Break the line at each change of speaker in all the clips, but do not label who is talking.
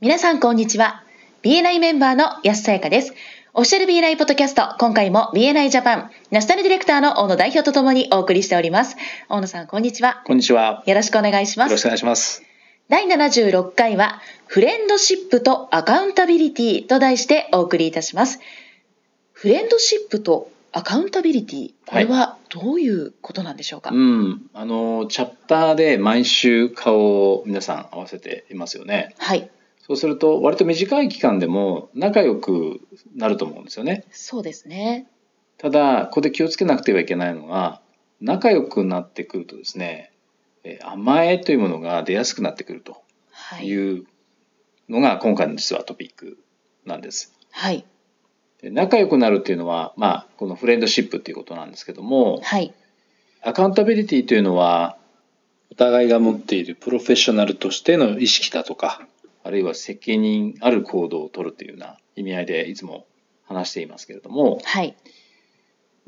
皆さんこんにちは。BNI メンバーの安さやかです。オフィシャル BNI ポッドキャスト、今回も BNI ジャパン、ナショナルディレクターの大野代表とともにお送りしております。大野さん、こんにちは。
こんにちは。
よろしくお願いし
よ
ま
ろしく
す。
お願いします。
第76回は、フレンドシップとアカウンタビリティと題してお送りいたします。フレンドシップとアカウンタビリティ、これはどういうことなんでしょうか、
うん、あのチャプターで毎週顔を皆さん合わせていますよね。
はい、
そうすると割と短い期間でも仲良くなると思うんですよね。
そうですね。
ただここで気をつけなくてはいけないのが仲良くなってくるとですね、え甘えというものが出やすくなってくると
はいい。
うのが今回の実はトピックなんです。
はい。
で仲良くなるっていうのは、まあ、このフレンドシップっていうことなんですけども、
はい。
アカウンタビリティというのは
お互いが持っているプロフェッショナルとしての意識だとか
あるいは責任ある行動を取るというような意味合いでいつも話していますけれども
はい。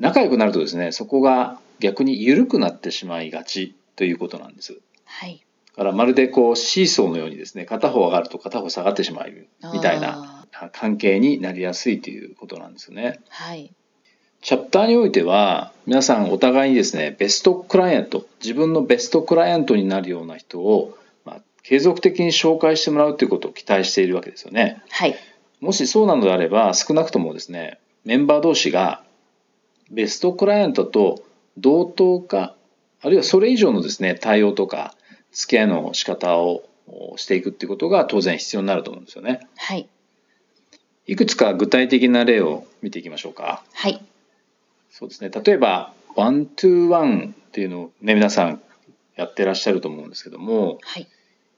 仲良くなるとですねそこが逆に緩くなってしまいがちということなんです。
はい。
だからまるでこうシーソーのようにですね片方上がると片方下がってしまうみたいな
あー。
関係になりやすいということなんですよね。
はい。
チャプターにおいては皆さんお互いにですねベストクライアント自分のベストクライアントになるような人を、まあ、継続的に紹介してもらうということを期待しているわけですよね。
はい。
もしそうなのであれば少なくともですねメンバー同士がベストクライアントと同等かあるいはそれ以上のですね対応とか付き合いの仕方をおしていくっていうことが当然必要になると思うんですよね。
はい。
いくつか具体的な例を見ていきましょうか。
はい。
そうですね例えばワントゥーワンっていうのをね皆さんやってらっしゃると思うんですけども
はい。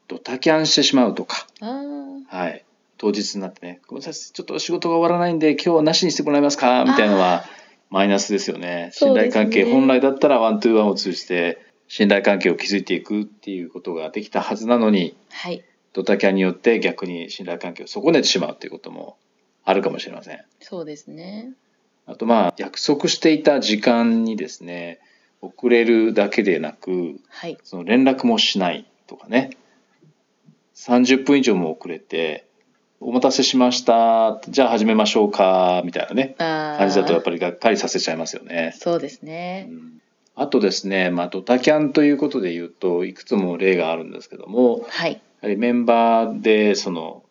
ドタキャンしてしまうとか
あー
はい、当日になってね「ごめんなさいちょっと仕事が終わらないんで今日はなしにしてもらえますか?」みたいなのはマイナスですよね。
そう
信
ですね
頼関係、本来だったらワントゥーワンを通じて信頼関係を築いていくっていうことができたはずなのに
はい。
ドタキャンによって逆に信頼関係を損ねてしまうということもあるかもしれません。
そうですね。
あとまあ約束していた時間にですね遅れるだけでなく
はい。
その連絡もしないとかね30分以上も遅れて「お待たせしましたじゃあ始めましょうか」みたいなね
ああ。
感じだとやっぱりがっかりさせちゃいますよね。
そうです
う
ね。
んあとですね、まあ、ドタキャンということで言うといくつも例があるんですけどもや
はい。
はりメンバーでその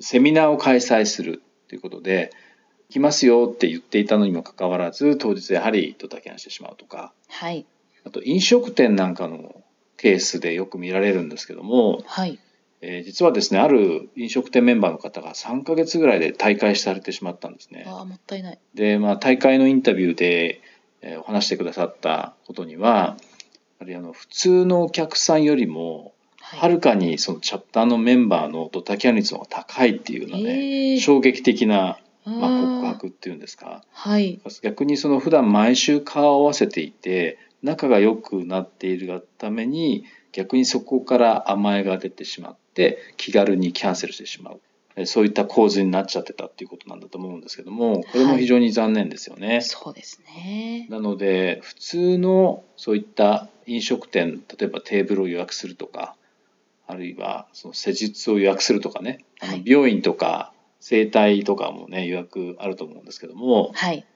セミナーを開催するということで「来ますよ」って言っていたのにもかかわらず当日やはりドタキャンしてしまうとか
はい。
あと飲食店なんかのケースでよく見られるんですけども、
はい。
えー実はですねある飲食店メンバーの方が3ヶ月ぐらいで退会されてしまったんですね
ああ、もったいない。
で、まあ、大会のインタビューで、えーお話してくださったことにはやはりあの普通のお客さんよりもは
は
るかにそのチャプターのメンバーのドタキャン率の方が高いっていうようなね、
ええ
衝撃的な、
あ
まあ、告
ー
白っていうんですか
はい。
逆にその普段毎週顔を合わせていて仲が良くなっているがために逆にそこから甘えが出てしまって気軽にキャンセルしてしまうえそういった構図になっちゃってたっていうことなんだと思うんですけどもこれも非常に残念ですよね。
そうですね。
なので普通のそういった飲食店例えばテーブルを予約するとかあるいはその施術を予約するとかね、あの
はい
病院とか整体とかもね予約あると思うんですけども、
はい。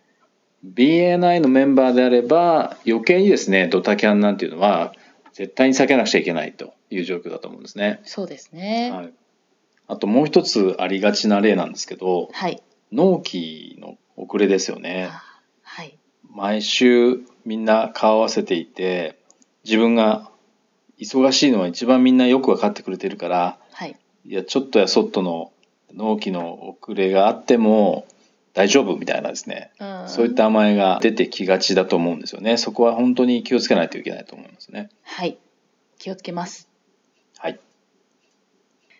BNI のメンバーであれば余計にですねドタキャンなんていうのは絶対に避けなくちゃいけないという状況だと思うんですね。
そうですね。
はい、あともう一つありがちな例なんですけど
はい。
納期の遅れですよね。
あはい。
毎週みんな顔合わせていて自分が忙しいのは一番みんなよく分かってくれてるから
はい。
いやちょっとやそっとの納期の遅れがあっても大丈夫みたいなですね
あー
そういった。甘えが出てきがちだと思うんですよね。そこは本当に気をつけないといけないと思いますね。
はい。気をつけます。
はい。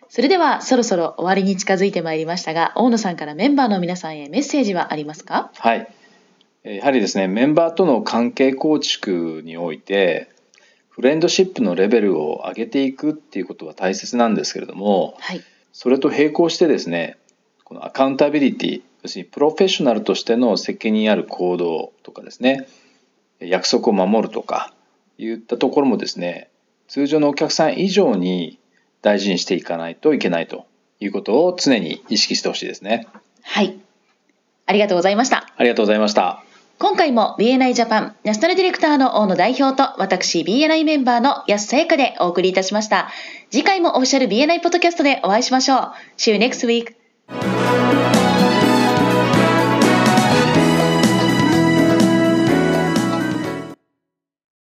それではそろそろ終わりに近づいてまいりましたが大野さんからメンバーの皆さんへメッセージはありますか
はい。えーやはりですね、メンバーとの関係構築において、フレンドシップのレベルを上げていくっていうことは大切なんですけれども、
はい
それと並行してですね、このアカウンタビリティ、要するにプロフェッショナルとしての責任ある行動とかですね、約束を守るとか、いったところもですね、通常のお客さん以上に大事にしていかないといけないということを常に意識してほしいですね。
はい。ありがとうございました。
ありがとうございました。
今回も BNI ジャパンナショナルディレクターの大野代表と私 BNI メンバーの安さやかでお送りいたしました。次回もオフィシャル BNI ポッドキャストでお会いしましょう。See you next week!